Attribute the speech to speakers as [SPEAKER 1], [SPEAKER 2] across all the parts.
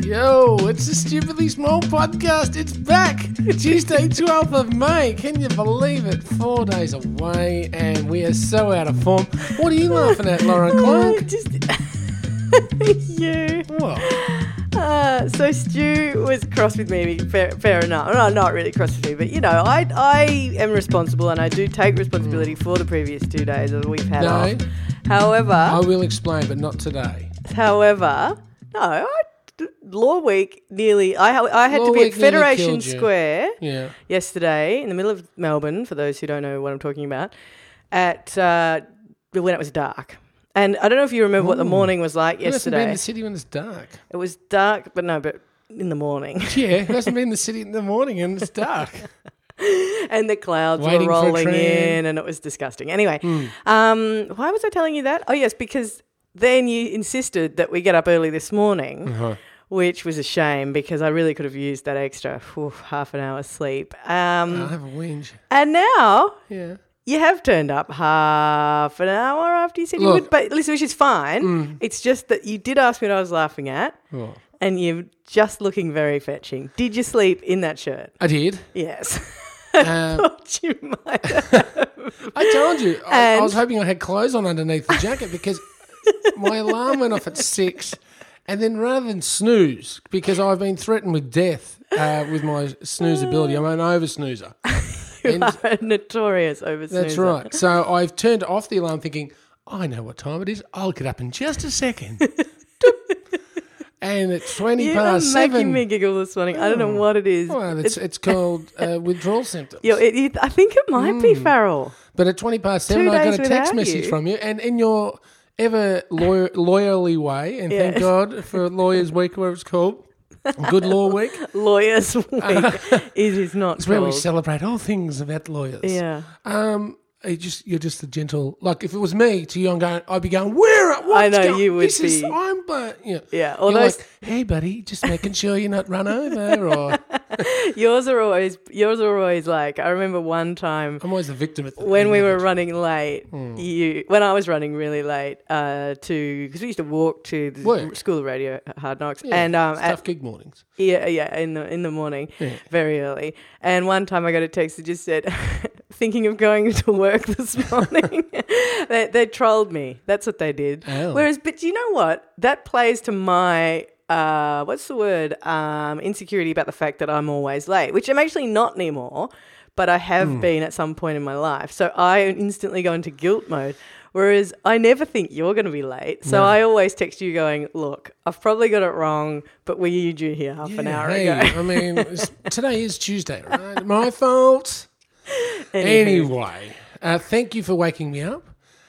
[SPEAKER 1] Yo, it's the Stupidly Small Podcast. It's back. Tuesday, 12th of May. Can you believe it? Four days away, and we are so out of form. What are you laughing at, Lauren Clark?
[SPEAKER 2] Just you.
[SPEAKER 1] What?
[SPEAKER 2] Uh, so Stu was cross with me. Fair, fair enough. No, not really cross with me, but you know, I I am responsible and I do take responsibility for the previous two days that we've had
[SPEAKER 1] Mm. No.
[SPEAKER 2] off. However,
[SPEAKER 1] I will explain, but not today.
[SPEAKER 2] however, no, I, Law Week nearly. I I had
[SPEAKER 1] Law
[SPEAKER 2] to be at
[SPEAKER 1] Week nearly
[SPEAKER 2] Federation
[SPEAKER 1] killed you.
[SPEAKER 2] Square
[SPEAKER 1] Yeah.
[SPEAKER 2] yesterday in the middle of Melbourne, for those who don't know what I'm talking about, at uh, when it was dark. And I don't know if you remember what the morning was like
[SPEAKER 1] Who hasn't been in
[SPEAKER 2] yesterday.
[SPEAKER 1] the city when it's dark?
[SPEAKER 2] It was dark, but no, but in the morning.
[SPEAKER 1] Yeah, who hasn't been in the city in the morning and it's dark?
[SPEAKER 2] and the clouds
[SPEAKER 1] Waiting
[SPEAKER 2] were
[SPEAKER 1] for a
[SPEAKER 2] rolling
[SPEAKER 1] train. Hmm.
[SPEAKER 2] in and it was disgusting. Anyway, um, why was I telling you that? Oh, yes, because then you insisted that we get up early this morning.
[SPEAKER 1] Hmm.
[SPEAKER 2] Which was a shame because I really could have used that extra whew, half an hour's sleep.
[SPEAKER 1] I
[SPEAKER 2] Um,
[SPEAKER 1] have a whinge.
[SPEAKER 2] and now
[SPEAKER 1] Yeah.
[SPEAKER 2] you have turned up half an hour after you said you
[SPEAKER 1] Look. Mm.
[SPEAKER 2] would, but listen, which is fine. It's just that you did ask me what I was laughing at,
[SPEAKER 1] What?
[SPEAKER 2] and you're just looking very fetching. Did you sleep in that shirt?
[SPEAKER 1] I did.
[SPEAKER 2] Yes.
[SPEAKER 1] Um,
[SPEAKER 2] Thought you might. have.
[SPEAKER 1] I told you. I, I
[SPEAKER 2] And-
[SPEAKER 1] was hoping I had clothes on underneath the jacket because my alarm went off at six. And then rather than snooze, because I've been threatened with death uh, with my snooze ability, I'm an over snoozer.
[SPEAKER 2] you are a notorious over
[SPEAKER 1] That's right. So I've turned off the alarm thinking, I know what time it is. I'll get up in just a second. Doop. and it's 20
[SPEAKER 2] You are making
[SPEAKER 1] past seven. Mm.
[SPEAKER 2] me giggle this morning. I don't know what it is.
[SPEAKER 1] well, it's, it's called uh, withdrawal symptoms.
[SPEAKER 2] Yo, it, it, I think it might be
[SPEAKER 1] Mm.
[SPEAKER 2] Farrell.
[SPEAKER 1] But at 20 past seven,
[SPEAKER 2] Two
[SPEAKER 1] I got
[SPEAKER 2] days
[SPEAKER 1] a text
[SPEAKER 2] without
[SPEAKER 1] message
[SPEAKER 2] you.
[SPEAKER 1] from you, and in your ever lawyer, lawyerly way, and thank
[SPEAKER 2] Yeah.
[SPEAKER 1] God for Lawyers Week, whatever it's called, Good Law Week.
[SPEAKER 2] Lawyers Week. it is not
[SPEAKER 1] It's where we
[SPEAKER 2] called.
[SPEAKER 1] celebrate all things about lawyers.
[SPEAKER 2] Yeah.
[SPEAKER 1] Um, you just you're just a gentle like if it was me to you I'm going I'd be going where are- what's
[SPEAKER 2] I know
[SPEAKER 1] going-
[SPEAKER 2] you would
[SPEAKER 1] this is
[SPEAKER 2] be.
[SPEAKER 1] I'm but you know,
[SPEAKER 2] Yeah,
[SPEAKER 1] you're
[SPEAKER 2] although-
[SPEAKER 1] like hey buddy just making sure you're not run over or
[SPEAKER 2] Yours are always yours are always like I remember one time
[SPEAKER 1] I'm always the victim at the
[SPEAKER 2] when we
[SPEAKER 1] end.
[SPEAKER 2] were running late,
[SPEAKER 1] Mm.
[SPEAKER 2] you when I was running really late uh, to because we used to walk to the
[SPEAKER 1] Work.
[SPEAKER 2] school of radio hard knocks
[SPEAKER 1] Yeah,
[SPEAKER 2] and um,
[SPEAKER 1] it's
[SPEAKER 2] at,
[SPEAKER 1] tough gig mornings
[SPEAKER 2] yeah yeah in the in the morning very early and one time I got a text that just said thinking of going to work this morning they, they trolled me that's what they did
[SPEAKER 1] Oh.
[SPEAKER 2] whereas but do you know what that plays to my uh, what's the word um, insecurity about the fact that I'm always late which I'm actually not anymore but I have
[SPEAKER 1] Hmm.
[SPEAKER 2] been at some point in my life. So I instantly go into guilt mode. Whereas I never think you're going to be late. So I always text you going, Look, I've probably got it wrong, but were you due here half an
[SPEAKER 1] Yeah,
[SPEAKER 2] hour
[SPEAKER 1] hey,
[SPEAKER 2] ago?
[SPEAKER 1] I mean it's- today is Tuesday right my fault
[SPEAKER 2] Anywho.
[SPEAKER 1] anyway uh, thank you for waking me up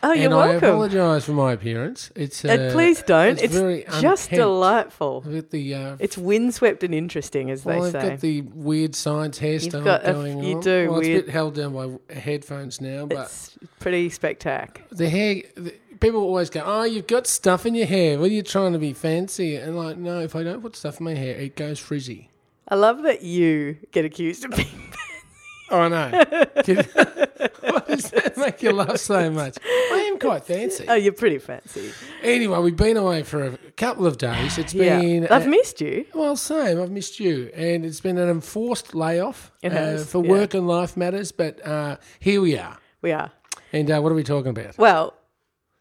[SPEAKER 2] oh, you're
[SPEAKER 1] and I
[SPEAKER 2] welcome.
[SPEAKER 1] apologise for my appearance it's
[SPEAKER 2] And
[SPEAKER 1] uh,
[SPEAKER 2] please don't. It's,
[SPEAKER 1] very
[SPEAKER 2] just
[SPEAKER 1] unkempt.
[SPEAKER 2] delightful.
[SPEAKER 1] With the uh,
[SPEAKER 2] It's windswept and interesting, as
[SPEAKER 1] Well,
[SPEAKER 2] they
[SPEAKER 1] I've
[SPEAKER 2] say.
[SPEAKER 1] got the weird science hairstyle
[SPEAKER 2] got a f-
[SPEAKER 1] going
[SPEAKER 2] you
[SPEAKER 1] on.
[SPEAKER 2] do,
[SPEAKER 1] well, it's a
[SPEAKER 2] weird-
[SPEAKER 1] bit held down by headphones now, but
[SPEAKER 2] it's pretty spectac.
[SPEAKER 1] the hair. The, people always go, "Oh, you've got stuff in your hair. What are you trying to be fancy?" And like, no, if I don't put stuff in my hair, it goes frizzy.
[SPEAKER 2] I love that you get accused of being.
[SPEAKER 1] Oh, I know. Why does that make you laugh so much? I am quite fancy.
[SPEAKER 2] Oh, you're pretty fancy.
[SPEAKER 1] Anyway, we've been away for a couple of days. It's been uh,
[SPEAKER 2] Yeah. I've missed you.
[SPEAKER 1] Well, same. I've missed you, and it's been an enforced layoff
[SPEAKER 2] It
[SPEAKER 1] uh,
[SPEAKER 2] has,
[SPEAKER 1] for
[SPEAKER 2] yeah.
[SPEAKER 1] work and life matters. But uh, here we are.
[SPEAKER 2] We are.
[SPEAKER 1] And uh, what are we talking about?
[SPEAKER 2] Well,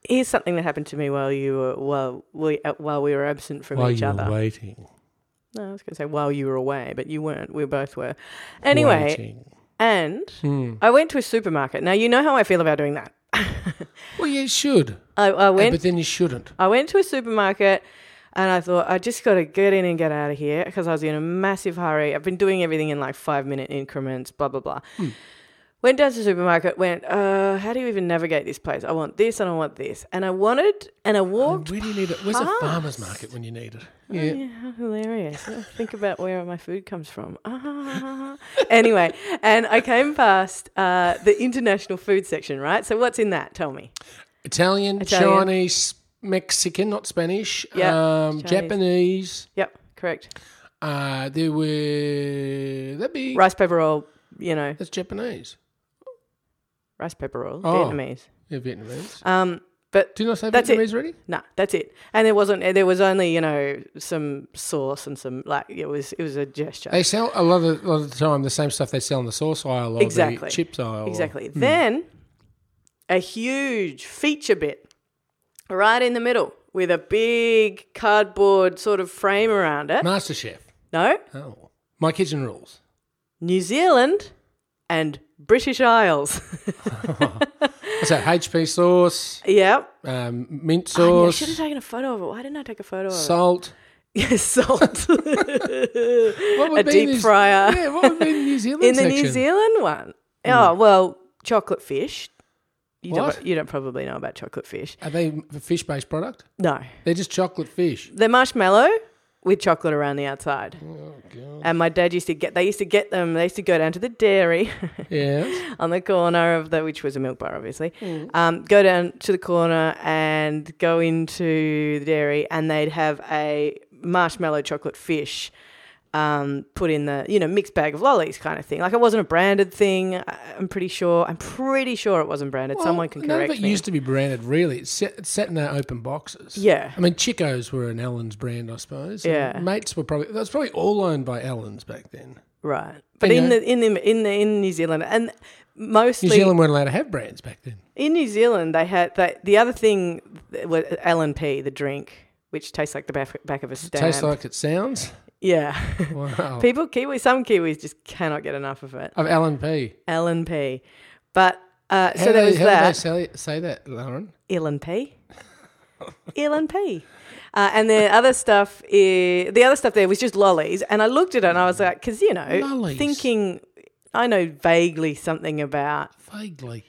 [SPEAKER 2] here's something that happened to me while you were while we uh, while we were absent from each other.
[SPEAKER 1] waiting.
[SPEAKER 2] No, I was going to say while you were away, but you weren't. We both were. Hmm. Anyway, and I went to a supermarket. Now you know how I feel about doing that.
[SPEAKER 1] Well, you should, uh,
[SPEAKER 2] I, I went.
[SPEAKER 1] but then you shouldn't.
[SPEAKER 2] I went to a supermarket. And I thought, I just got to get in and get out of here because I was in a massive hurry. I've been doing everything in like five minute increments, blah, blah, blah.
[SPEAKER 1] Hmm.
[SPEAKER 2] Went down to the supermarket, went, uh, how do you even navigate this place? I want this and I want this. And I wanted, and I walked
[SPEAKER 1] Where do you need it? Where's a farmer's market when you need it? Oh, Yeah.
[SPEAKER 2] Oh, Yeah, how hilarious. I Think about where my food comes from. Ah. anyway, and I came past uh, the international food section, right? So what's in that? Tell me.
[SPEAKER 1] Italian,
[SPEAKER 2] Italian.
[SPEAKER 1] Chinese, Mexican, not Spanish.
[SPEAKER 2] Yeah,
[SPEAKER 1] um,
[SPEAKER 2] Chinese.
[SPEAKER 1] Japanese.
[SPEAKER 2] Yep, correct.
[SPEAKER 1] Uh, there were that be
[SPEAKER 2] Rice paper roll, you know,
[SPEAKER 1] that's Japanese.
[SPEAKER 2] rice paper roll,
[SPEAKER 1] Oh.
[SPEAKER 2] Vietnamese.
[SPEAKER 1] Yeah, Vietnamese.
[SPEAKER 2] Um, But
[SPEAKER 1] Do you not say
[SPEAKER 2] That's it.
[SPEAKER 1] Vietnamese already?
[SPEAKER 2] no, that's it. And there wasn't. There was only you know some sauce and some like it was. It was a gesture.
[SPEAKER 1] They sell a lot of, a lot of the time the same stuff they sell in the sauce aisle or
[SPEAKER 2] Exactly.
[SPEAKER 1] the chips aisle. or-
[SPEAKER 2] Exactly. Then a huge feature bit right in the middle with a big cardboard sort of frame around it.
[SPEAKER 1] MasterChef.
[SPEAKER 2] No,
[SPEAKER 1] Oh. My kitchen rules.
[SPEAKER 2] New Zealand and British Isles.
[SPEAKER 1] So HP sauce,
[SPEAKER 2] yep.
[SPEAKER 1] um, mint
[SPEAKER 2] Oh, Yeah, I
[SPEAKER 1] sauce,
[SPEAKER 2] should have taken a photo of it. Why didn't I take a photo of it?
[SPEAKER 1] salt.
[SPEAKER 2] Yes, salt.
[SPEAKER 1] What would be
[SPEAKER 2] a
[SPEAKER 1] in
[SPEAKER 2] deep
[SPEAKER 1] New-
[SPEAKER 2] fryer.
[SPEAKER 1] Yeah, what would be in the New Zealand
[SPEAKER 2] in the
[SPEAKER 1] section?
[SPEAKER 2] New Zealand one. Oh, well, chocolate fish. You
[SPEAKER 1] What?
[SPEAKER 2] don't you don't probably know about chocolate fish.
[SPEAKER 1] Are they a fish based product?
[SPEAKER 2] No.
[SPEAKER 1] They're just chocolate fish.
[SPEAKER 2] They're marshmallow with chocolate around the outside.
[SPEAKER 1] Oh, God.
[SPEAKER 2] And my dad used to get they used to get them, they used to go down to the dairy
[SPEAKER 1] Yeah.
[SPEAKER 2] on the corner of the which was a milk bar obviously.
[SPEAKER 1] Mm.
[SPEAKER 2] Um, go down to the corner and go into the dairy and they'd have a marshmallow chocolate fish um, put in the you know mixed bag of lollies kind of thing like it wasn't a branded thing I- i'm pretty sure i'm pretty sure it wasn't branded someone can
[SPEAKER 1] None of
[SPEAKER 2] correct
[SPEAKER 1] it
[SPEAKER 2] me
[SPEAKER 1] used to be branded, really. It's set, it's set in their open boxes.
[SPEAKER 2] yeah
[SPEAKER 1] I mean, Chico's were an Allen's brand, I suppose.
[SPEAKER 2] Yeah.
[SPEAKER 1] Mates were probably, that's probably all owned by Allen's back then.
[SPEAKER 2] right but
[SPEAKER 1] You
[SPEAKER 2] in
[SPEAKER 1] know.
[SPEAKER 2] the in the in the in new zealand and mostly
[SPEAKER 1] New Zealand weren't allowed to have brands back then.
[SPEAKER 2] In New Zealand, they had they, the other thing that was LNP, the drink, which tastes like the back, back of a stamp.
[SPEAKER 1] Tastes like it sounds.
[SPEAKER 2] yeah.
[SPEAKER 1] Wow.
[SPEAKER 2] People, Kiwi, some Kiwis just cannot get enough of it.
[SPEAKER 1] of Allen P.
[SPEAKER 2] LNP, but uh,
[SPEAKER 1] How
[SPEAKER 2] so
[SPEAKER 1] do
[SPEAKER 2] there
[SPEAKER 1] they,
[SPEAKER 2] was
[SPEAKER 1] how do they
[SPEAKER 2] that
[SPEAKER 1] say, say that, Lauren?
[SPEAKER 2] LNP, LNP, uh, and the other stuff. i the other stuff there was just lollies, and I looked at it and I was like, because you know,
[SPEAKER 1] Mm. Lollies.
[SPEAKER 2] thinking. I know vaguely something about
[SPEAKER 1] Vaguely.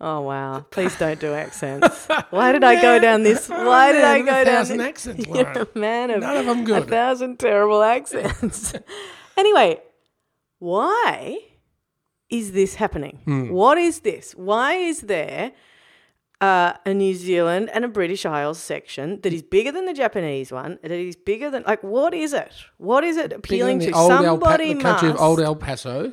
[SPEAKER 2] Oh wow! Please don't do accents. Why did I go down this? Why did I
[SPEAKER 1] Oh, Man of
[SPEAKER 2] go
[SPEAKER 1] a
[SPEAKER 2] down
[SPEAKER 1] thousand
[SPEAKER 2] this?
[SPEAKER 1] accents,
[SPEAKER 2] You're
[SPEAKER 1] Lauren.
[SPEAKER 2] a man of
[SPEAKER 1] None of them
[SPEAKER 2] a
[SPEAKER 1] good.
[SPEAKER 2] thousand terrible accents. anyway, why is this happening?
[SPEAKER 1] Hmm.
[SPEAKER 2] What is this? Why is there uh, a New Zealand and a British Isles section that is bigger than the Japanese one? That is bigger than like what is it? What is it
[SPEAKER 1] Bigger
[SPEAKER 2] appealing
[SPEAKER 1] than
[SPEAKER 2] to?
[SPEAKER 1] the old El Pa-
[SPEAKER 2] Somebody
[SPEAKER 1] the country of
[SPEAKER 2] must.
[SPEAKER 1] old El Paso.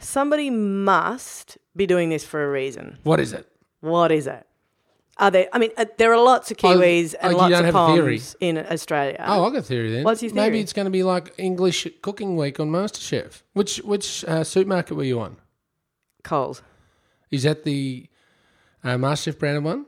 [SPEAKER 2] somebody must be doing this for a reason.
[SPEAKER 1] What is it?
[SPEAKER 2] What is it? Are there? I mean, uh, there are lots of kiwis
[SPEAKER 1] oh,
[SPEAKER 2] and
[SPEAKER 1] you
[SPEAKER 2] lots
[SPEAKER 1] don't have
[SPEAKER 2] of
[SPEAKER 1] a theory.
[SPEAKER 2] palms in Australia.
[SPEAKER 1] Oh, I've got a theory then.
[SPEAKER 2] Uh, What's your
[SPEAKER 1] Maybe
[SPEAKER 2] theory?
[SPEAKER 1] it's going to be like English Cooking Week on MasterChef. Which which uh, supermarket were you on?
[SPEAKER 2] Coles.
[SPEAKER 1] Is that the uh, MasterChef branded one?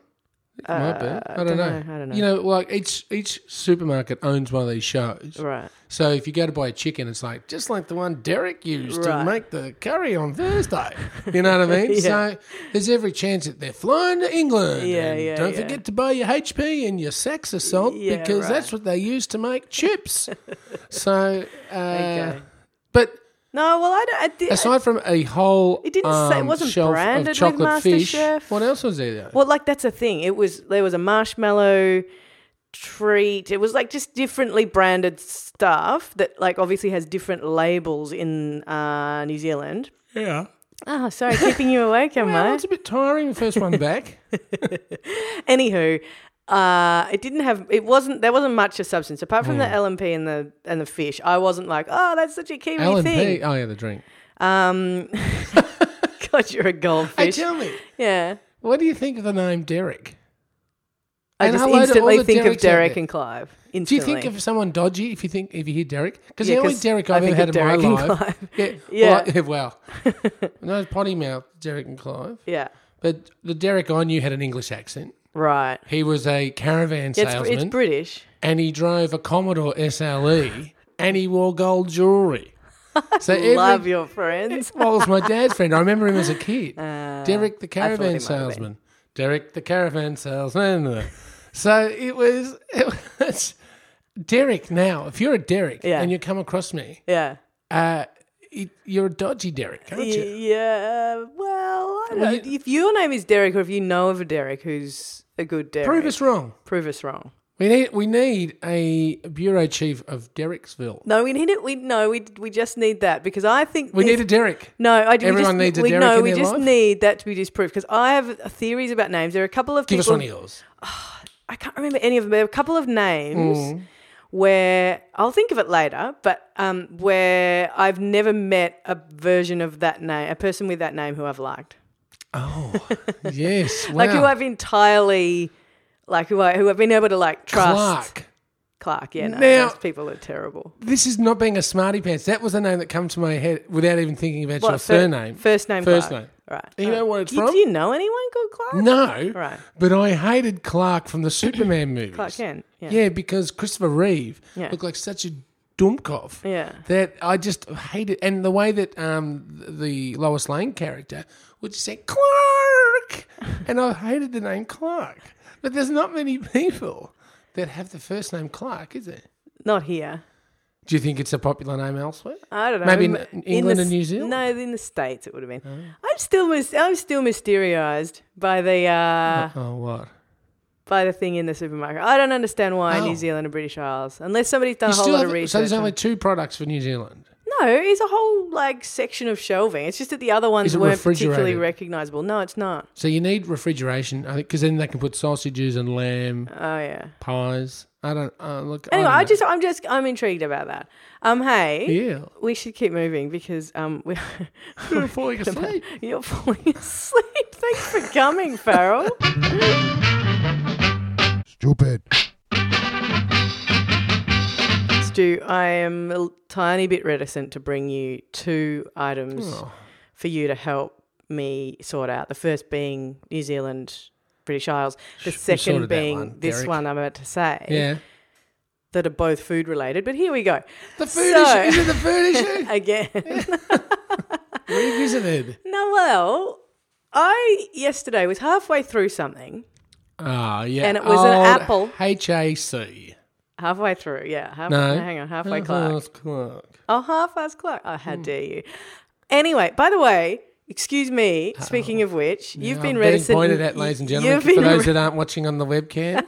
[SPEAKER 1] It might be. I don't,
[SPEAKER 2] don't
[SPEAKER 1] know.
[SPEAKER 2] know. Uh, I don't
[SPEAKER 1] You know, like each each supermarket owns one of these shows.
[SPEAKER 2] Right.
[SPEAKER 1] So if you go to buy a chicken, it's like just like the one Derek used to
[SPEAKER 2] Right.
[SPEAKER 1] make the curry on Thursday. You know what I mean? So there's every chance that they're flying to England.
[SPEAKER 2] Yeah,
[SPEAKER 1] and
[SPEAKER 2] yeah,
[SPEAKER 1] Don't
[SPEAKER 2] yeah.
[SPEAKER 1] forget to buy your HP and your Saxa salt
[SPEAKER 2] Yeah,
[SPEAKER 1] because
[SPEAKER 2] right.
[SPEAKER 1] that's what they use to make chips. so, uh,
[SPEAKER 2] Okay.
[SPEAKER 1] but
[SPEAKER 2] No, well, I don't. I did,
[SPEAKER 1] aside from a whole,
[SPEAKER 2] It didn't say- it
[SPEAKER 1] um,
[SPEAKER 2] wasn't
[SPEAKER 1] shelf
[SPEAKER 2] branded
[SPEAKER 1] of
[SPEAKER 2] with
[SPEAKER 1] chocolate fish.
[SPEAKER 2] MasterChef.
[SPEAKER 1] What else was there? Though?
[SPEAKER 2] well, like that's a thing. It was there was a marshmallow treat. It was like just differently branded stuff that like obviously has different labels in uh, New Zealand.
[SPEAKER 1] Yeah.
[SPEAKER 2] Oh, sorry, keeping you awake, am
[SPEAKER 1] Well,
[SPEAKER 2] I?
[SPEAKER 1] it's a bit tiring. The first one back.
[SPEAKER 2] Anywho, uh, it didn't have. It wasn't. There wasn't much of substance apart from the LMP and the and the fish. I wasn't like, oh, that's such a kiwi
[SPEAKER 1] Alan P.
[SPEAKER 2] thing.
[SPEAKER 1] Oh yeah, the drink.
[SPEAKER 2] Um, God, you're a
[SPEAKER 1] Hey,
[SPEAKER 2] goldfish.
[SPEAKER 1] tell me,
[SPEAKER 2] yeah,
[SPEAKER 1] what do you think of the name Derek?
[SPEAKER 2] I
[SPEAKER 1] And
[SPEAKER 2] just
[SPEAKER 1] hello to all
[SPEAKER 2] instantly
[SPEAKER 1] the
[SPEAKER 2] think
[SPEAKER 1] Derek's
[SPEAKER 2] of
[SPEAKER 1] out
[SPEAKER 2] Derek
[SPEAKER 1] there.
[SPEAKER 2] and Clive.
[SPEAKER 1] Do you
[SPEAKER 2] Instantly.
[SPEAKER 1] think of someone dodgy if you think if you hear Derek? Because
[SPEAKER 2] Yeah,
[SPEAKER 1] the only
[SPEAKER 2] 'cause
[SPEAKER 1] Derek
[SPEAKER 2] I
[SPEAKER 1] I've ever
[SPEAKER 2] think
[SPEAKER 1] had
[SPEAKER 2] of
[SPEAKER 1] in my
[SPEAKER 2] Derek and
[SPEAKER 1] life. Yeah,
[SPEAKER 2] Yeah.
[SPEAKER 1] Well, yeah, wow. no potty mouth, Derek and Clive.
[SPEAKER 2] yeah,
[SPEAKER 1] But the Derek I knew had an English accent.
[SPEAKER 2] right.
[SPEAKER 1] He was a caravan
[SPEAKER 2] It's
[SPEAKER 1] salesman,
[SPEAKER 2] it's British.
[SPEAKER 1] and he drove a Commodore SLE, and he wore gold jewelry. So
[SPEAKER 2] Love
[SPEAKER 1] every,
[SPEAKER 2] your friends.
[SPEAKER 1] well, it was my dad's friend. I remember him as a kid. Derek the
[SPEAKER 2] Uh, thought he
[SPEAKER 1] caravan
[SPEAKER 2] might have been.
[SPEAKER 1] salesman. Derek the caravan salesman. so it was, it was Derek. Now, if you're a Derek
[SPEAKER 2] Yeah.
[SPEAKER 1] and you come across me,
[SPEAKER 2] Yeah.
[SPEAKER 1] uh, it, you're a dodgy Derek, aren't
[SPEAKER 2] Y-
[SPEAKER 1] you?
[SPEAKER 2] Yeah. Well, I don't
[SPEAKER 1] Well,
[SPEAKER 2] know.
[SPEAKER 1] you-
[SPEAKER 2] if your name is Derek, or if you know of a Derek who's a good Derek,
[SPEAKER 1] Prove us wrong.
[SPEAKER 2] prove us wrong.
[SPEAKER 1] We need we need a bureau chief of Derricksville.
[SPEAKER 2] No, we need it. We no, we we just need that because I think
[SPEAKER 1] We
[SPEAKER 2] this-
[SPEAKER 1] need a Derek.
[SPEAKER 2] No, I do.
[SPEAKER 1] Everyone
[SPEAKER 2] we just,
[SPEAKER 1] needs a
[SPEAKER 2] we,
[SPEAKER 1] Derek
[SPEAKER 2] No,
[SPEAKER 1] in
[SPEAKER 2] we
[SPEAKER 1] their
[SPEAKER 2] just
[SPEAKER 1] life.
[SPEAKER 2] need that to be disproved because I have theories about names. There are a couple of
[SPEAKER 1] Give us
[SPEAKER 2] people.
[SPEAKER 1] one of yours.
[SPEAKER 2] I can't remember any of them. There are a couple of names
[SPEAKER 1] Mm.
[SPEAKER 2] where I'll think of it later, but um, where I've never met a version of that name, a person with that name who I've liked.
[SPEAKER 1] Oh, yes. Wow.
[SPEAKER 2] like who I've entirely, like who I who I've been able to like trust.
[SPEAKER 1] Clark.
[SPEAKER 2] Clark, yeah, no,
[SPEAKER 1] Now-
[SPEAKER 2] those people are terrible.
[SPEAKER 1] This is not being a smarty pants. That was the name that came to my head without even thinking about your
[SPEAKER 2] fir-
[SPEAKER 1] surname.
[SPEAKER 2] First name.
[SPEAKER 1] First
[SPEAKER 2] Clark.
[SPEAKER 1] name.
[SPEAKER 2] Right.
[SPEAKER 1] Do you know where it's
[SPEAKER 2] Do you-
[SPEAKER 1] from? Mm.
[SPEAKER 2] Do you know anyone called Clark?
[SPEAKER 1] No.
[SPEAKER 2] Right.
[SPEAKER 1] But I hated Clark from the Superman movies.
[SPEAKER 2] Clark Kent. Yeah.
[SPEAKER 1] Yeah, because Christopher Reeve
[SPEAKER 2] Yeah.
[SPEAKER 1] looked like such a dumpkov
[SPEAKER 2] Yeah.
[SPEAKER 1] that I just hated. And the way that um, the Lois Lane character would just say, Clark! and I hated the name Clark. But there's not many people that have the first name Clark, is there?
[SPEAKER 2] Not here.
[SPEAKER 1] Do you think it's a popular name elsewhere?
[SPEAKER 2] I don't know.
[SPEAKER 1] Maybe in
[SPEAKER 2] m-
[SPEAKER 1] England
[SPEAKER 2] the
[SPEAKER 1] and New
[SPEAKER 2] s-
[SPEAKER 1] Zealand? Oh.
[SPEAKER 2] No, in the states it would have been. I'm still mys- I'm still mysterioized by the uh,
[SPEAKER 1] oh, what?
[SPEAKER 2] by the thing in the supermarket. I don't understand why
[SPEAKER 1] Oh.
[SPEAKER 2] New Zealand and British Isles, unless somebody's done
[SPEAKER 1] You
[SPEAKER 2] a whole
[SPEAKER 1] still
[SPEAKER 2] lot of
[SPEAKER 1] have-
[SPEAKER 2] research.
[SPEAKER 1] so there's
[SPEAKER 2] on-
[SPEAKER 1] only two products for New Zealand.
[SPEAKER 2] no, it's a whole like section of shelving. It's just that the other ones
[SPEAKER 1] it
[SPEAKER 2] weren't particularly
[SPEAKER 1] refrigerated?
[SPEAKER 2] recognizable. No, it's not.
[SPEAKER 1] So you need refrigeration, I think, because then they can put sausages and lamb
[SPEAKER 2] Oh yeah.
[SPEAKER 1] pies. I don't uh, look.
[SPEAKER 2] Anyway,
[SPEAKER 1] I,
[SPEAKER 2] I
[SPEAKER 1] don't
[SPEAKER 2] just I'm just I'm intrigued about that. Um, hey,
[SPEAKER 1] know.
[SPEAKER 2] we should keep moving because um we.
[SPEAKER 1] yeah, you're falling asleep.
[SPEAKER 2] You're falling asleep. Thanks for coming, Farrell.
[SPEAKER 3] Stupid.
[SPEAKER 2] Stu, I am a l- tiny bit reticent to bring you two items
[SPEAKER 1] Oh.
[SPEAKER 2] for you to help me sort out. The first being New Zealand, British Isles. The second
[SPEAKER 1] sorted that
[SPEAKER 2] being
[SPEAKER 1] one,
[SPEAKER 2] this
[SPEAKER 1] Derek.
[SPEAKER 2] one I'm about to say
[SPEAKER 1] Yeah,
[SPEAKER 2] that are both food related. But here we go
[SPEAKER 1] the food
[SPEAKER 2] So-
[SPEAKER 1] issue is it the food issue
[SPEAKER 2] again.
[SPEAKER 1] revisited?
[SPEAKER 2] now, well, I yesterday was halfway through something.
[SPEAKER 1] Ah, yeah,
[SPEAKER 2] And it was an
[SPEAKER 1] Old
[SPEAKER 2] apple.
[SPEAKER 1] H A C.
[SPEAKER 2] Halfway through, yeah. Half,
[SPEAKER 1] No. Uh-huh.
[SPEAKER 2] Hang on, halfway Clark.
[SPEAKER 1] Half-past clock.
[SPEAKER 2] Oh, half past clock. Oh,
[SPEAKER 1] Hmm.
[SPEAKER 2] how dare you. Anyway, by the way, excuse me, speaking of which, you've
[SPEAKER 1] Yeah,
[SPEAKER 2] been
[SPEAKER 1] I'm
[SPEAKER 2] reticent.
[SPEAKER 1] Being pointed at, ladies and gentlemen,
[SPEAKER 2] You've been,
[SPEAKER 1] for those that aren't watching on the webcam.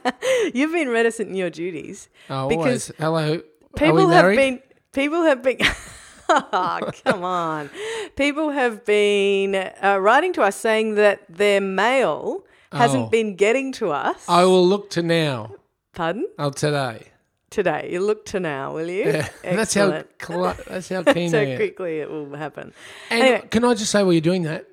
[SPEAKER 2] you've been reticent in your duties.
[SPEAKER 1] I always hello. are
[SPEAKER 2] People
[SPEAKER 1] we
[SPEAKER 2] have
[SPEAKER 1] married?
[SPEAKER 2] been. People have been. oh, come on. People have been uh, writing to us saying that their mail hasn't
[SPEAKER 1] Oh. Uh.
[SPEAKER 2] been getting to us.
[SPEAKER 1] I will look to now.
[SPEAKER 2] Pardon?
[SPEAKER 1] Oh, today.
[SPEAKER 2] Today. You look to now, will you?
[SPEAKER 1] Yeah, that's how.
[SPEAKER 2] Excellent.
[SPEAKER 1] Cl- that's how keen I
[SPEAKER 2] So
[SPEAKER 1] am.
[SPEAKER 2] quickly it will happen.
[SPEAKER 1] And
[SPEAKER 2] Anyway. Mm.
[SPEAKER 1] can I just say while you're doing that,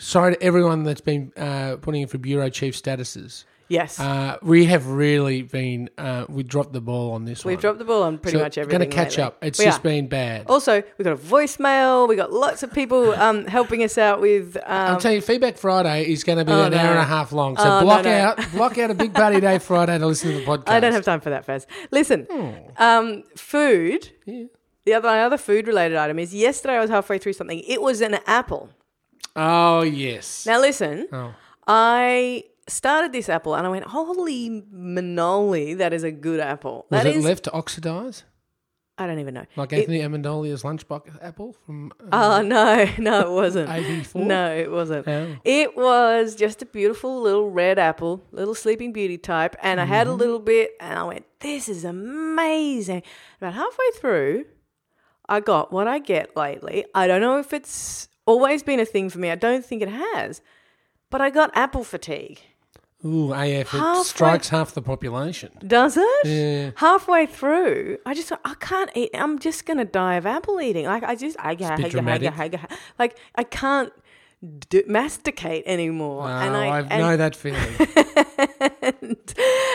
[SPEAKER 1] sorry to everyone that's been uh, putting in for bureau chief statuses.
[SPEAKER 2] Yes.
[SPEAKER 1] Uh, we have really been uh, we dropped the ball on this one.
[SPEAKER 2] We've dropped the ball on pretty
[SPEAKER 1] So
[SPEAKER 2] much
[SPEAKER 1] we're
[SPEAKER 2] everything.
[SPEAKER 1] Going to catch
[SPEAKER 2] lately.
[SPEAKER 1] up. It's
[SPEAKER 2] We
[SPEAKER 1] just
[SPEAKER 2] are.
[SPEAKER 1] been bad.
[SPEAKER 2] Also, we got a voicemail. We got lots of people um, helping us out with.
[SPEAKER 1] I'll
[SPEAKER 2] Um,
[SPEAKER 1] tell you, Feedback Friday is going to be
[SPEAKER 2] Oh,
[SPEAKER 1] an hour
[SPEAKER 2] no.
[SPEAKER 1] and a half long. So
[SPEAKER 2] Oh, no,
[SPEAKER 1] block
[SPEAKER 2] no.
[SPEAKER 1] out, block out a big party day Friday to listen to the podcast.
[SPEAKER 2] I don't have time for that, Faz. Listen,
[SPEAKER 1] Hmm.
[SPEAKER 2] um, food. The other my other food related item is yesterday I was halfway through something. It was an apple.
[SPEAKER 1] Oh yes.
[SPEAKER 2] Now listen,
[SPEAKER 1] Oh.
[SPEAKER 2] I started this apple and I went, holy manoli, that is a good apple.
[SPEAKER 1] Was
[SPEAKER 2] That is.
[SPEAKER 1] it left to oxidize
[SPEAKER 2] I don't even know.
[SPEAKER 1] like
[SPEAKER 2] It-
[SPEAKER 1] Anthony Amendola's lunchbox apple from? Uh,
[SPEAKER 2] Oh no, no, it wasn't.
[SPEAKER 1] 84?
[SPEAKER 2] No, it wasn't.
[SPEAKER 1] Oh.
[SPEAKER 2] It was just a beautiful little red apple, little Sleeping Beauty type, and I had a little bit, and I went, "This is amazing." About halfway through, I got what I get lately. I don't know if it's always been a thing for me. I don't think it has, but I got apple fatigue.
[SPEAKER 1] ooh, AF. It
[SPEAKER 2] Halfway-
[SPEAKER 1] strikes half the population.
[SPEAKER 2] Does it?
[SPEAKER 1] Yeah.
[SPEAKER 2] Halfway through, I just thought, I can't eat. I'm just gonna die of apple eating. Like I just, I
[SPEAKER 1] bit
[SPEAKER 2] get,
[SPEAKER 1] dramatic.
[SPEAKER 2] like I can't do, masticate anymore.
[SPEAKER 1] Oh,
[SPEAKER 2] and I,
[SPEAKER 1] I
[SPEAKER 2] and,
[SPEAKER 1] know that feeling.
[SPEAKER 2] and,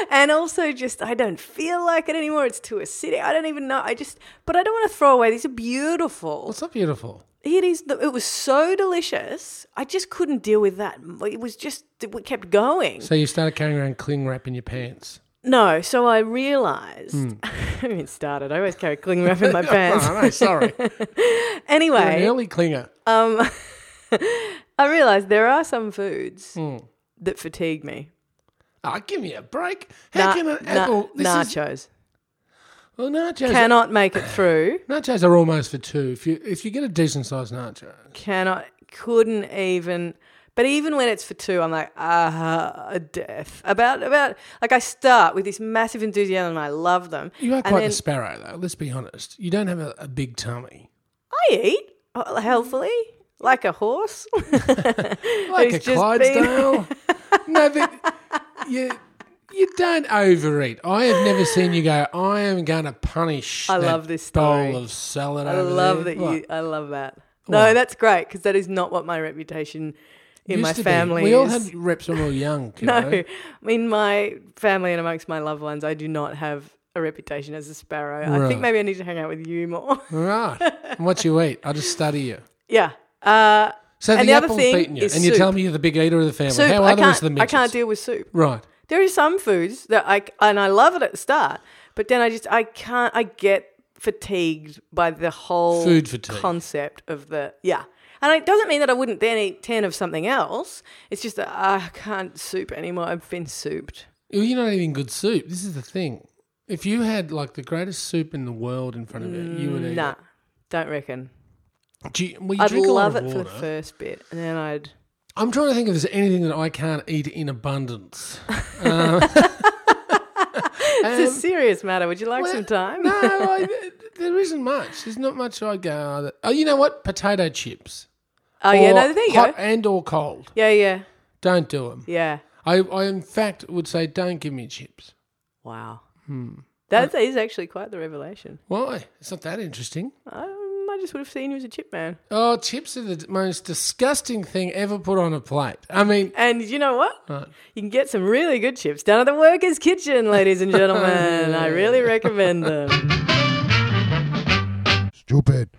[SPEAKER 2] and also just I don't feel like it anymore. It's too acidic. I don't even know. I just, but I don't want to throw away. These are beautiful.
[SPEAKER 1] It's not beautiful.
[SPEAKER 2] It is. the- It was so delicious. I just couldn't deal with that. It was just we kept going.
[SPEAKER 1] So you started carrying around cling wrap in your pants.
[SPEAKER 2] No, so I realised.
[SPEAKER 1] Hmm.
[SPEAKER 2] I mean, started. I always carry cling wrap in my pants.
[SPEAKER 1] Oh, no, sorry. You're an
[SPEAKER 2] Anyway,
[SPEAKER 1] early clinger.
[SPEAKER 2] um, I realised there are some foods
[SPEAKER 1] Hmm.
[SPEAKER 2] that fatigue me.
[SPEAKER 1] Oh, give me a break. How
[SPEAKER 2] Na-
[SPEAKER 1] can an
[SPEAKER 2] na-
[SPEAKER 1] apple? Is,
[SPEAKER 2] nachos
[SPEAKER 1] well, nachos.
[SPEAKER 2] cannot make it through.
[SPEAKER 1] nachos are almost for two. If you if you get a decent sized nacho,
[SPEAKER 2] Cannot. Couldn't even. But even when it's for two, I'm like, ah, death. About about like I start with this massive enthusiasm. and I love them.
[SPEAKER 1] you are
[SPEAKER 2] And
[SPEAKER 1] quite
[SPEAKER 2] then
[SPEAKER 1] a sparrow though. Let's be honest. You don't have a, a big tummy.
[SPEAKER 2] I eat uh, healthily, like a horse.
[SPEAKER 1] Like
[SPEAKER 2] Who's
[SPEAKER 1] a
[SPEAKER 2] just been-
[SPEAKER 1] Clydesdale. no, but you you don't overeat. I have never seen you go. I am going to punish.
[SPEAKER 2] I
[SPEAKER 1] that
[SPEAKER 2] love this story.
[SPEAKER 1] bowl of salad.
[SPEAKER 2] I
[SPEAKER 1] over
[SPEAKER 2] love
[SPEAKER 1] there."
[SPEAKER 2] that
[SPEAKER 1] What?
[SPEAKER 2] you. I love that. No, that's great because that is not what my reputation in
[SPEAKER 1] Used
[SPEAKER 2] my
[SPEAKER 1] to be.
[SPEAKER 2] family.
[SPEAKER 1] We all
[SPEAKER 2] is-
[SPEAKER 1] had reps when we were young.
[SPEAKER 2] no,
[SPEAKER 1] kiddo.
[SPEAKER 2] in my family and amongst my loved ones, I do not have a reputation as a sparrow. I
[SPEAKER 1] Right.
[SPEAKER 2] think maybe I need to hang out with you more.
[SPEAKER 1] Right. And what you eat? I just study you.
[SPEAKER 2] yeah. Uh,
[SPEAKER 1] So
[SPEAKER 2] And
[SPEAKER 1] the,
[SPEAKER 2] the other
[SPEAKER 1] apple's
[SPEAKER 2] thing
[SPEAKER 1] beaten you,
[SPEAKER 2] is
[SPEAKER 1] and you
[SPEAKER 2] soup.
[SPEAKER 1] tell me you're the big eater of the family.
[SPEAKER 2] soup.
[SPEAKER 1] How
[SPEAKER 2] I
[SPEAKER 1] other
[SPEAKER 2] can't.
[SPEAKER 1] is the midgets?
[SPEAKER 2] I can't deal with soup.
[SPEAKER 1] Right.
[SPEAKER 2] There are some foods that I and I love it at the start, but then I just I can't. I get fatigued by the whole
[SPEAKER 1] Food fatigue.
[SPEAKER 2] concept of the yeah. And it doesn't mean that I wouldn't then eat ten of something else. It's just that ah, I can't soup anymore. I've been souped.
[SPEAKER 1] Well, You're not eating good soup. This is the thing. If you had like the greatest soup in the world in front of you, you would eat.
[SPEAKER 2] Nah, don't reckon.
[SPEAKER 1] it. Do you, well, you
[SPEAKER 2] I'd
[SPEAKER 1] drink a lot
[SPEAKER 2] love
[SPEAKER 1] of
[SPEAKER 2] it for
[SPEAKER 1] water.
[SPEAKER 2] the first bit, and then I'd.
[SPEAKER 1] I'm trying to think if there's anything that I can't eat in abundance.
[SPEAKER 2] It's a
[SPEAKER 1] Um,
[SPEAKER 2] serious matter. Would you like some time?
[SPEAKER 1] no, I, there isn't much. There's not much I go. "Oh, that- Oh, you know what? Potato chips.
[SPEAKER 2] oh yeah,
[SPEAKER 1] Or
[SPEAKER 2] no, there you
[SPEAKER 1] hot
[SPEAKER 2] go.
[SPEAKER 1] and or cold.
[SPEAKER 2] Yeah, yeah,
[SPEAKER 1] Don't do them.
[SPEAKER 2] yeah.
[SPEAKER 1] I, I, in fact, would say don't give me chips.
[SPEAKER 2] Wow.
[SPEAKER 1] Hmm.
[SPEAKER 2] That is actually quite the revelation.
[SPEAKER 1] Why? It's not that interesting.
[SPEAKER 2] I, I just would have seen you as a chip man.
[SPEAKER 1] Oh, chips are the d- most disgusting thing ever put on a plate. I mean,
[SPEAKER 2] And you know what?
[SPEAKER 1] Right.
[SPEAKER 2] You can get some really good chips down at the Workers' Kitchen, ladies and gentlemen. I really recommend them.
[SPEAKER 3] Stupid.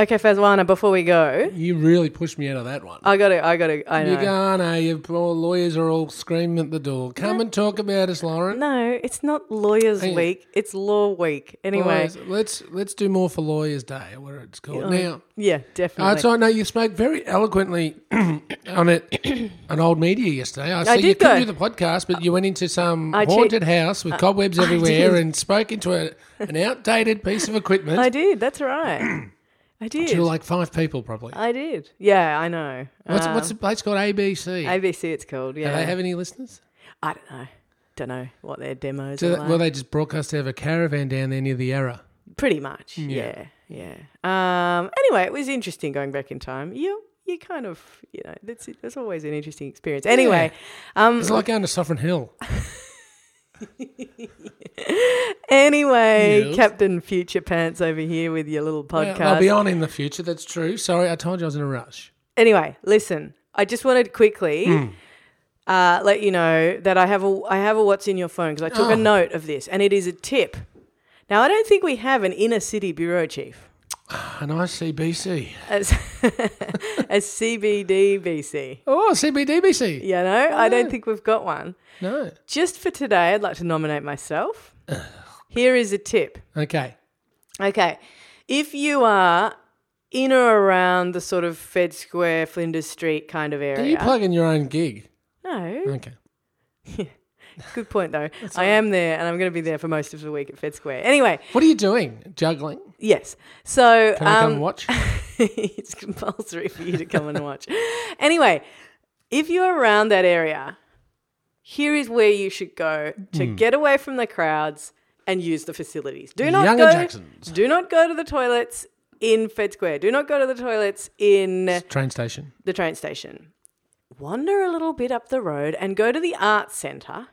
[SPEAKER 2] Okay, Fazwana, before we go,
[SPEAKER 1] you really pushed me out of that one.
[SPEAKER 2] I gotta, I gotta, I
[SPEAKER 1] You're
[SPEAKER 2] know.
[SPEAKER 1] going, eh? Your poor lawyers are all screaming at the door. Come and talk about us, Lauren.
[SPEAKER 2] no, it's not Lawyers
[SPEAKER 1] Hang on.
[SPEAKER 2] Week. It's Law Week. Anyway,
[SPEAKER 1] Lawyers- let's let's do more for Lawyers Day, or whatever it's called. Now,
[SPEAKER 2] yeah,
[SPEAKER 1] uh,
[SPEAKER 2] definitely.
[SPEAKER 1] so I know you spoke very eloquently on it on old media yesterday. I, see you
[SPEAKER 2] did
[SPEAKER 1] couldn't
[SPEAKER 2] go.
[SPEAKER 1] do the podcast, but you went into some
[SPEAKER 2] I che-
[SPEAKER 1] haunted house with cobwebs everywhere
[SPEAKER 2] did.
[SPEAKER 1] and spoke into a, an outdated piece of equipment.
[SPEAKER 2] I did. That's right. I did. Uh,
[SPEAKER 1] to like five people, probably.
[SPEAKER 2] I did. Yeah, I know.
[SPEAKER 1] What's,
[SPEAKER 2] Uh,
[SPEAKER 1] what's the place called? ABC.
[SPEAKER 2] ABC? It's called.
[SPEAKER 1] Do
[SPEAKER 2] Yeah,
[SPEAKER 1] they have any listeners?
[SPEAKER 2] I don't know. Don't know what their demos
[SPEAKER 1] Do
[SPEAKER 2] are
[SPEAKER 1] they,
[SPEAKER 2] like.
[SPEAKER 1] well, they just broadcast out of a caravan down there near the Yarra.
[SPEAKER 2] Pretty much. Yeah. Yeah. Um, anyway, it was interesting going back in time. You you kind of you know that's that's always an interesting experience. Anyway, um,
[SPEAKER 1] It's like going to Sovereign Hill.
[SPEAKER 2] anyway,
[SPEAKER 1] Yes.
[SPEAKER 2] Captain Future Pants over here with your little
[SPEAKER 1] Yeah,
[SPEAKER 2] podcast.
[SPEAKER 1] They'll be on in the future. That's true. Sorry, I told you I was in a rush.
[SPEAKER 2] anyway, listen. I just wanted to quickly.
[SPEAKER 1] Hmm.
[SPEAKER 2] Uh, let you know that I have a I have a what's in your phone because I took
[SPEAKER 1] Oh.
[SPEAKER 2] a note of this and it is a tip. Now I don't think we have an inner city bureau chief.
[SPEAKER 1] An ICBC.
[SPEAKER 2] as a CBDBC.
[SPEAKER 1] Oh, CBDBC.
[SPEAKER 2] You know, I don't think we've got one.
[SPEAKER 1] No.
[SPEAKER 2] Just for today, I'd like to nominate myself. Here is a tip.
[SPEAKER 1] Okay.
[SPEAKER 2] Okay, if you are in or around the sort of Fed Square, Flinders Street kind of
[SPEAKER 1] Are you
[SPEAKER 2] area,
[SPEAKER 1] plugging your own gig?
[SPEAKER 2] no,
[SPEAKER 1] Okay.
[SPEAKER 2] good point though. I am there, and I'm going to be there for most of the week at Fed Square. Anyway,
[SPEAKER 1] What are you doing? Juggling?
[SPEAKER 2] yes. So
[SPEAKER 1] Can I come
[SPEAKER 2] um,
[SPEAKER 1] watch?
[SPEAKER 2] it's compulsory for you to come and watch. anyway, if you're around that area, here is where you should go to get away from the crowds and use the facilities. Do not
[SPEAKER 1] Young and
[SPEAKER 2] go.
[SPEAKER 1] Jackson's.
[SPEAKER 2] Do not go to the toilets in Fed Square. Do not go to the toilets in
[SPEAKER 1] Train station.
[SPEAKER 2] the train station. Wander a little bit up the road and go to the arts centre.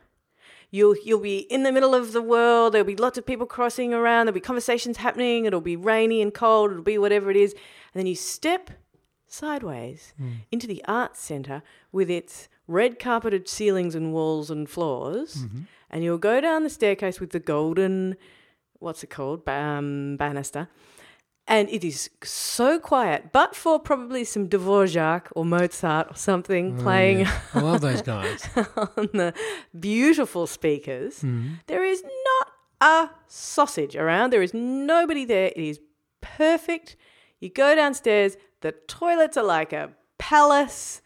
[SPEAKER 2] You'll you'll be in the middle of the world. There'll be lots of people crossing around. There'll be conversations happening. It'll be rainy and cold. It'll be whatever it is. And then you step sideways into the arts centre with its red carpeted ceilings and walls and floors. And you'll go down the staircase with the golden what's it called Ba- um, banister and it is so quiet, but for probably some Dvorak or Mozart or something playing
[SPEAKER 1] I love those guys.
[SPEAKER 2] on the beautiful speakers, there is not a sausage around. There is nobody there. It is perfect. You go downstairs, the toilets are like a palace.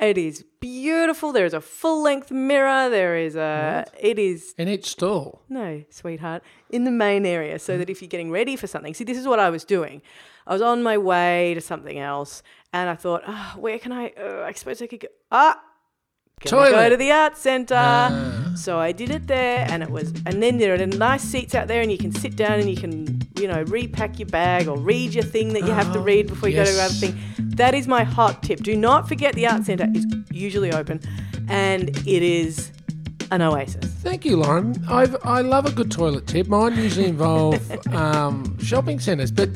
[SPEAKER 2] It is beautiful. There is a full length mirror. There is a. It is
[SPEAKER 1] In each stall.
[SPEAKER 2] no, sweetheart, in the main area so that if you're getting ready for something. See, this is what I was doing. I was on my way to something else and I thought, oh, where can I? Uh, I suppose I could go. Ah! Can I
[SPEAKER 1] Toilet. Ah.
[SPEAKER 2] go to the art centre. So I did it there and it was, and then there are nice seats out there and you can sit down and you can, you know, repack your bag or read your thing that you have to
[SPEAKER 1] Oh,
[SPEAKER 2] read before you go to
[SPEAKER 1] yes.
[SPEAKER 2] another thing. That is my hot tip. Do not forget the art centre is usually open and it is an oasis.
[SPEAKER 1] Thank you, Lauren. I've, I love a good toilet tip. Mine usually involve um, shopping centres, but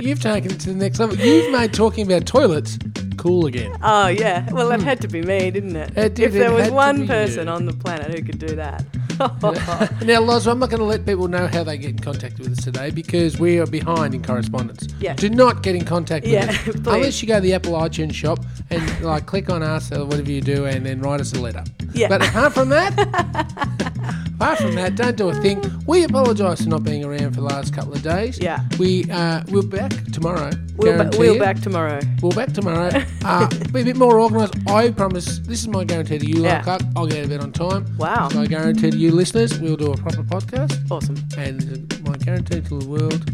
[SPEAKER 1] you've taken it to the next level. You've made talking about toilets cool again.
[SPEAKER 2] Oh yeah, well that had to be me, didn't it?
[SPEAKER 1] Hmm. It did,
[SPEAKER 2] if
[SPEAKER 1] it
[SPEAKER 2] there
[SPEAKER 1] had
[SPEAKER 2] was
[SPEAKER 1] to be
[SPEAKER 2] one
[SPEAKER 1] you.
[SPEAKER 2] person on the planet who could do that,
[SPEAKER 1] Now, Loz, I'm not going to let people know how they get in contact with us today because we are behind in correspondence.
[SPEAKER 2] Yeah.
[SPEAKER 1] Do not get in contact with
[SPEAKER 2] Yeah,
[SPEAKER 1] us
[SPEAKER 2] please.
[SPEAKER 1] unless you go to the Apple iTunes shop and like click on us or whatever you do, and then write us a letter.
[SPEAKER 2] Yeah.
[SPEAKER 1] But apart from that, apart from that, don't do a thing. We apologise for not being around for the last couple of days.
[SPEAKER 2] Yeah.
[SPEAKER 1] We uh, we're back tomorrow.
[SPEAKER 2] we'll, ba-
[SPEAKER 1] guarantee
[SPEAKER 2] we'll
[SPEAKER 1] it.
[SPEAKER 2] back tomorrow.
[SPEAKER 1] We'll back tomorrow. Uh, be a bit more organised. I promise. This is my guarantee to you,
[SPEAKER 2] Yeah.
[SPEAKER 1] like I'll get out of bed on time.
[SPEAKER 2] Wow.
[SPEAKER 1] So I guarantee to you, listeners, we'll do a proper podcast,
[SPEAKER 2] Awesome.
[SPEAKER 1] and my guarantee to the world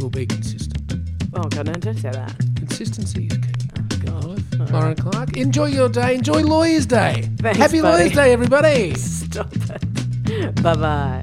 [SPEAKER 1] will be consistent.
[SPEAKER 2] Oh god, no, don't say that.
[SPEAKER 1] Consistency is key.
[SPEAKER 2] Oh,
[SPEAKER 1] Life. Lauren Clark, enjoy your day. Enjoy Lawyers Day.
[SPEAKER 2] Thanks,
[SPEAKER 1] Happy
[SPEAKER 2] buddy.
[SPEAKER 1] Lawyers Day, everybody.
[SPEAKER 2] Stop it. bye bye.